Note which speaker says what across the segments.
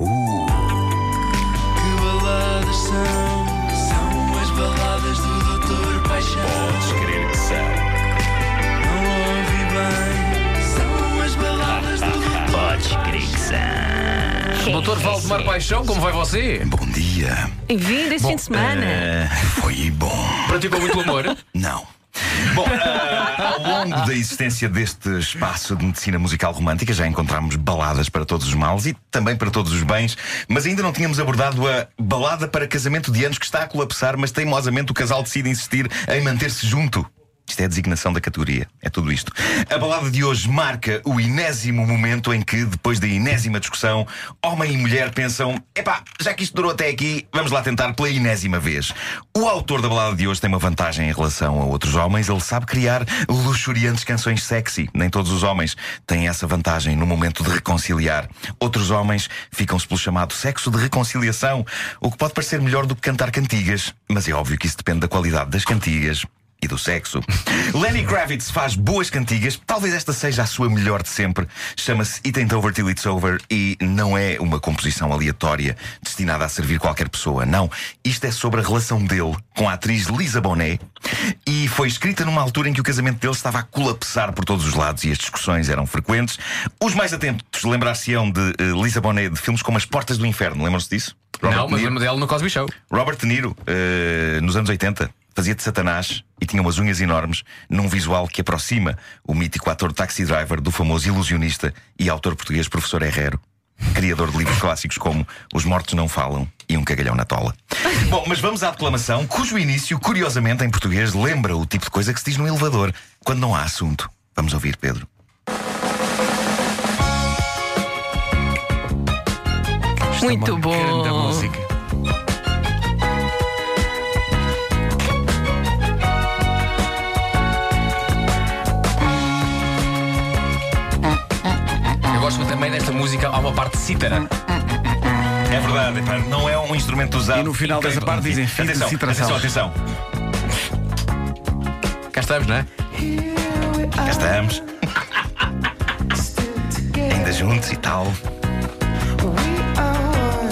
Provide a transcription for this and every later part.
Speaker 1: Uh,
Speaker 2: Doutor Valdemar Paixão, como vai você?
Speaker 1: Bom dia.
Speaker 3: Bem-vindo este fim de semana.
Speaker 1: Ah, foi bom.
Speaker 2: Praticou muito humor?
Speaker 1: Não. Bom, ah, ao longo da existência deste espaço de medicina musical romântica, já encontramos baladas para todos os males e também para todos os bens, mas ainda não tínhamos abordado a balada para casamento de anos que está a colapsar, mas teimosamente o casal decide insistir em manter-se junto. Isto é a designação da categoria, é tudo isto. A balada de hoje marca o inésimo momento em que, depois da inésima discussão, homem e mulher pensam: epá, já que isto durou até aqui, vamos lá tentar pela inésima vez. O autor da balada de hoje tem uma vantagem em relação a outros homens, ele sabe criar luxuriantes canções sexy. Nem todos os homens têm essa vantagem no momento de reconciliar. Outros homens ficam-se pelo chamado sexo de reconciliação, o que pode parecer melhor do que cantar cantigas, mas é óbvio que isso depende da qualidade das cantigas e do sexo. Lenny Kravitz faz boas cantigas, talvez esta seja a sua melhor de sempre. Chama-se It Ain't Over Till It's Over e não é uma composição aleatória destinada a servir qualquer pessoa, não. Isto é sobre a relação dele com a atriz Lisa Bonet e foi escrita numa altura em que o casamento dele estava a colapsar por todos os lados e as discussões eram frequentes. Os mais atentos lembrar-se-ão de eh, Lisa Bonet de filmes como As Portas do Inferno, lembram-se disso?
Speaker 2: Não,
Speaker 1: Robert De
Speaker 2: mas
Speaker 1: Niro.
Speaker 2: lembro dela no Cosby Show.
Speaker 1: Robert De Niro, eh, nos anos 80, fazia de Satanás e tinha umas unhas enormes num visual que aproxima o mítico ator Taxi Driver do famoso ilusionista e autor português Professor Herrero, criador de livros clássicos como Os Mortos Não Falam e Um Cagalhão na Tola. Bom, mas vamos à declamação, cujo início, curiosamente, em português, lembra o tipo de coisa que se diz no elevador quando não há assunto. Vamos ouvir, Pedro. é
Speaker 3: Muito
Speaker 4: Grande
Speaker 3: bom.
Speaker 4: música.
Speaker 2: Eu gosto também desta música, há uma parte cítara.
Speaker 1: É verdade, pá, não é um instrumento usado.
Speaker 4: E no final dessa
Speaker 1: Incrível.
Speaker 4: parte dizem, "Fica-se
Speaker 1: atenção, atenção,
Speaker 4: tração."
Speaker 1: atenção.
Speaker 2: Cá estamos, não é?
Speaker 1: Cá estamos. Ainda juntos e tal.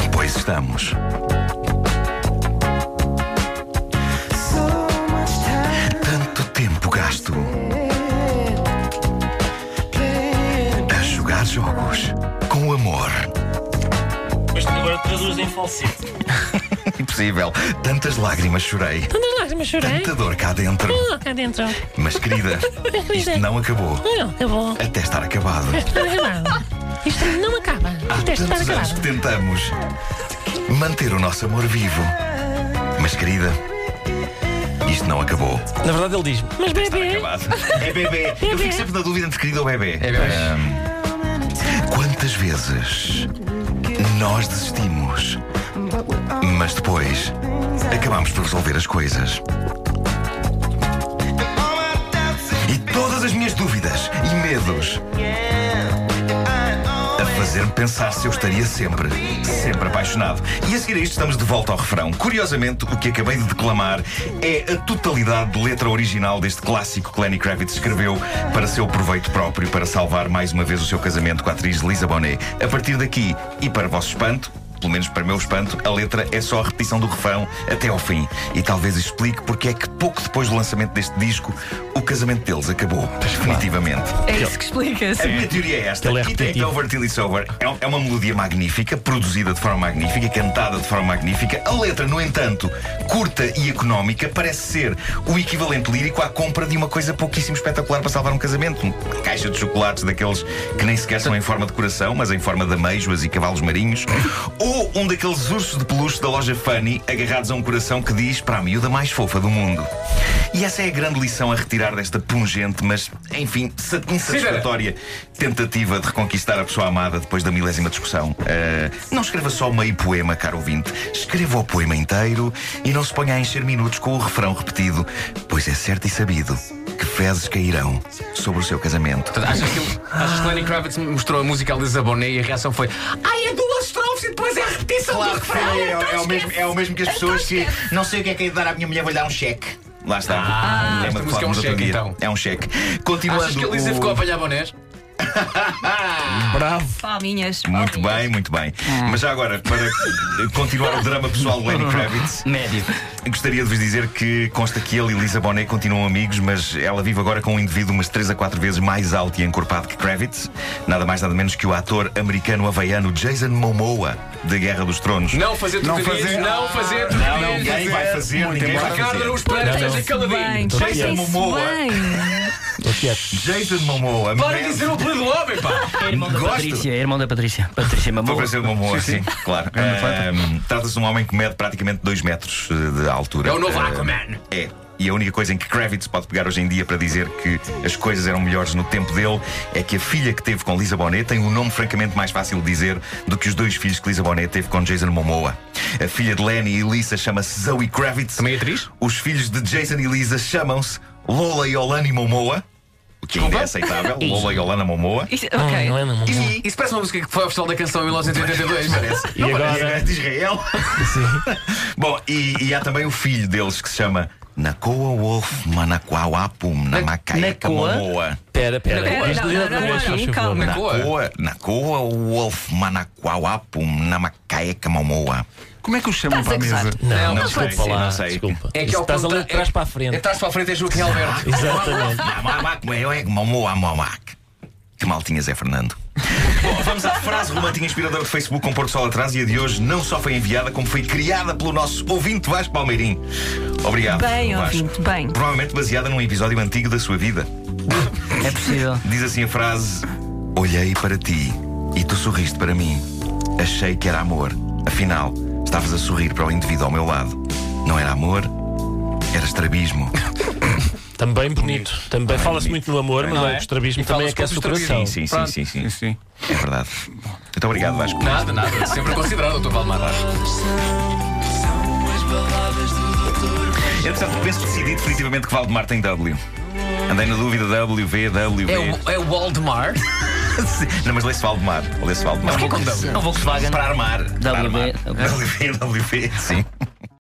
Speaker 1: E pois estamos. Tanto tempo gasto a jogar jogos com amor.
Speaker 5: Mas tu agora traduz em falsete.
Speaker 1: Impossível. Tantas lágrimas chorei.
Speaker 3: Tantas lágrimas chorei.
Speaker 1: Tanta dor cá dentro.
Speaker 3: Lá cá dentro.
Speaker 1: Mas querida, isto não acabou.
Speaker 3: Não, acabou.
Speaker 1: Até estar acabado.
Speaker 3: Isto não é nada. Isto não acaba.
Speaker 1: Há
Speaker 3: Isto é estar
Speaker 1: Ah, tantos anos que
Speaker 3: acabado.
Speaker 1: tentamos manter o nosso amor vivo. Mas, querida, isto não acabou.
Speaker 5: Na verdade, ele diz-me:
Speaker 3: Mas bebê,
Speaker 1: Acabado. É bebê. Eu fico sempre na dúvida entre querido ou bebê.
Speaker 2: É bebê.
Speaker 1: Ahm, quantas vezes nós desistimos, mas depois acabamos por resolver as coisas. E todas as minhas dúvidas e medos a fazer-me pensar se eu estaria sempre, sempre apaixonado. E a seguir a isto estamos de volta ao refrão. Curiosamente, o que acabei de declamar é a totalidade de letra original deste clássico que Lenny Kravitz escreveu para seu proveito próprio, para salvar mais uma vez o seu casamento com a atriz Lisa Bonet. A partir daqui, e para vosso espanto, pelo menos para meu espanto, a letra é só a repetição do refrão até ao fim. E talvez explique porque é que pouco depois do lançamento deste disco, o casamento deles acabou, definitivamente.
Speaker 3: é isso que
Speaker 1: A
Speaker 3: explica-se.
Speaker 1: minha teoria é esta:
Speaker 5: Ele é
Speaker 1: It Ain't
Speaker 5: repetitivo.
Speaker 1: Over Till It's Over é, um- é uma melodia magnífica, produzida de forma magnífica, cantada de forma magnífica. A letra, no entanto, curta e económica, parece ser o equivalente lírico à compra de uma coisa pouquíssimo espetacular para salvar um casamento. Uma caixa de chocolates daqueles que nem sequer são em forma de coração, mas em forma de ameijoas e cavalos marinhos. Ou um daqueles ursos de peluche da loja Funny, agarrados a um coração que diz para a miúda mais fofa do mundo. E essa é a grande lição a retirar desta pungente, mas, enfim, sa- insatisfatória história, tentativa de reconquistar a pessoa amada depois da milésima discussão. Ah, não escreva só meio poema, caro ouvinte. Escreva o poema inteiro e não se ponha a encher minutos com o refrão repetido, pois é certo e sabido que fezes cairão sobre o seu casamento.
Speaker 2: Portanto, Achas que, achas que Lenny Kravitz mostrou a música a Lisa Bonet e a reação foi Ai, é duas estrofes e depois é a repetição do
Speaker 1: Claro que
Speaker 2: refrão. então
Speaker 1: é, é, o mesmo, é o mesmo que as pessoas que não sei o que é que é de dar à minha mulher, vou-lhe dar um cheque. Lá está.
Speaker 2: Ah,
Speaker 1: Lembra
Speaker 2: esta
Speaker 1: de
Speaker 2: música é um
Speaker 1: falarmos outro
Speaker 2: cheque,
Speaker 1: dia.
Speaker 2: então.
Speaker 1: É um cheque.
Speaker 2: Achas
Speaker 1: Continuando.
Speaker 2: que a Lisa
Speaker 1: o-
Speaker 2: ficou a apanhar bonés? Bravo.
Speaker 4: Palminhas.
Speaker 1: Muito bem, muito bem.
Speaker 2: Hum.
Speaker 1: Mas já agora, para continuar o drama pessoal do Lenny Kravitz,
Speaker 6: Médio.
Speaker 1: gostaria de vos dizer que consta que ele e Lisa Bonet continuam amigos, mas ela vive agora com um indivíduo umas 3 a 4 vezes mais alto e encorpado que Kravitz. Nada mais, nada menos que o ator americano-havaiano Jason Momoa, da Guerra dos Tronos.
Speaker 2: Não fazer
Speaker 7: Não
Speaker 2: trocadilhos,
Speaker 7: fazer-
Speaker 2: não
Speaker 1: Ninguém
Speaker 2: fazer trocadilhos.
Speaker 7: fazer.
Speaker 1: vai fazer,
Speaker 7: Muito
Speaker 1: ninguém
Speaker 7: embora.
Speaker 1: vai
Speaker 2: Ricardo
Speaker 1: fazer.
Speaker 2: Araújo Pereira,
Speaker 4: Não,
Speaker 2: esteja
Speaker 4: bem,
Speaker 2: caladinho.
Speaker 4: portem-se
Speaker 1: Momoa.
Speaker 4: bem.
Speaker 1: Jason Momoa,
Speaker 2: Para de
Speaker 1: merece-
Speaker 2: dizer o apelido do homem, pá.
Speaker 6: É irmão da
Speaker 1: Gosto.
Speaker 6: Patrícia. É irmão da Patrícia. Patrícia
Speaker 1: Vou
Speaker 6: Mamou.
Speaker 1: parecer uma boa, sim, claro. Ahm, Trata-se de um homem que mede praticamente 2 metros eh, de altura.
Speaker 2: É o novo
Speaker 1: Ahm,
Speaker 2: Aquaman.
Speaker 1: É. E a única coisa em que Kravitz pode pegar hoje em dia para dizer que as coisas eram melhores no tempo dele é que a filha que teve com Lisa Bonet tem um nome francamente mais fácil de dizer do que os dois filhos que Lisa Bonet teve com Jason Momoa. A filha de Lenny e Lisa chama-se Zoe Kravitz.
Speaker 2: Também é atriz?
Speaker 1: Os filhos de Jason e Lisa chamam-se Lola e Olani Momoa, o que ainda é aceitável. Lola e Olana Momoa.
Speaker 4: Isso- ok.
Speaker 8: é,
Speaker 2: Isso, isso parece uma música que foi ao Festival da Canção em 1982.
Speaker 1: Parece.
Speaker 6: E
Speaker 1: Não
Speaker 6: agora?
Speaker 1: parece que é de Israel. Bom, e, e há também o filho deles que se chama Nakoa Wolf Manakuawapum Namakaeka
Speaker 6: Nakoa?
Speaker 1: Momoa.
Speaker 8: Pera, pera.
Speaker 4: Pera,
Speaker 8: Mas
Speaker 4: não,
Speaker 8: lê
Speaker 4: não,
Speaker 8: a
Speaker 4: não,
Speaker 8: tua,
Speaker 4: não,
Speaker 8: se faz
Speaker 4: não,
Speaker 8: favor.
Speaker 2: é
Speaker 4: calma.
Speaker 2: Nacoa.
Speaker 1: Nakoa, Nakoa Wolf Manakuawapum Namakaeka Momoa.
Speaker 7: Como é que os chamam para a mesa?
Speaker 8: Não,
Speaker 2: Não, não
Speaker 8: desculpa
Speaker 1: pode ser,
Speaker 8: lá.
Speaker 1: não sei.
Speaker 8: Desculpa.
Speaker 2: É que
Speaker 8: Isso
Speaker 2: ao
Speaker 8: estás a ler
Speaker 2: contra-
Speaker 8: de trás
Speaker 2: é-
Speaker 8: para a
Speaker 2: É
Speaker 8: frente.
Speaker 2: Atrás para a frente é Joaquim Alberto.
Speaker 8: Exatamente.
Speaker 1: Mamak, Moek, Momoa, Momak. Que mal tinhas é Fernando. Bom, vamos à frase romântica inspiradora do Facebook com Porto Sol atrás e a de hoje não só foi enviada, como foi criada pelo nosso ouvinte Vasco Palmeirim. Obrigado.
Speaker 4: Bem,
Speaker 1: Vasco.
Speaker 4: ouvinte, bem.
Speaker 1: Provavelmente baseada num episódio antigo da sua vida.
Speaker 6: É possível.
Speaker 1: Diz assim a frase: Olhei para ti e tu sorriste para mim. Achei que era amor. Afinal, estavas a sorrir para o indivíduo ao meu lado. Não era amor, era estrabismo.
Speaker 8: Também bonito. Também fala-se muito no amor, mas
Speaker 4: é?
Speaker 8: o estrabismo também é
Speaker 2: fala-se
Speaker 8: aquece o
Speaker 2: pouco do
Speaker 8: coração.
Speaker 1: sim, sim,
Speaker 2: Pronto.
Speaker 1: sim, sim.
Speaker 7: Sim, sim.
Speaker 1: É verdade. Muito obrigado, Vasco.
Speaker 2: Nada, nada. Sempre considerado, doutor Valmar.
Speaker 1: Entretanto, penso decidido definitivamente que Valdemar tem W. Andei na dúvida, W, V, W, V.
Speaker 2: É o, é o Waldemar.
Speaker 1: Não, mas lê-se Valdemar. Lê-se Valdemar.
Speaker 2: Mas porquê com W?
Speaker 6: É um Volkswagen.
Speaker 1: Para armar. Para
Speaker 6: W,
Speaker 1: armar.
Speaker 6: ok.
Speaker 1: W, V, W, V, sim.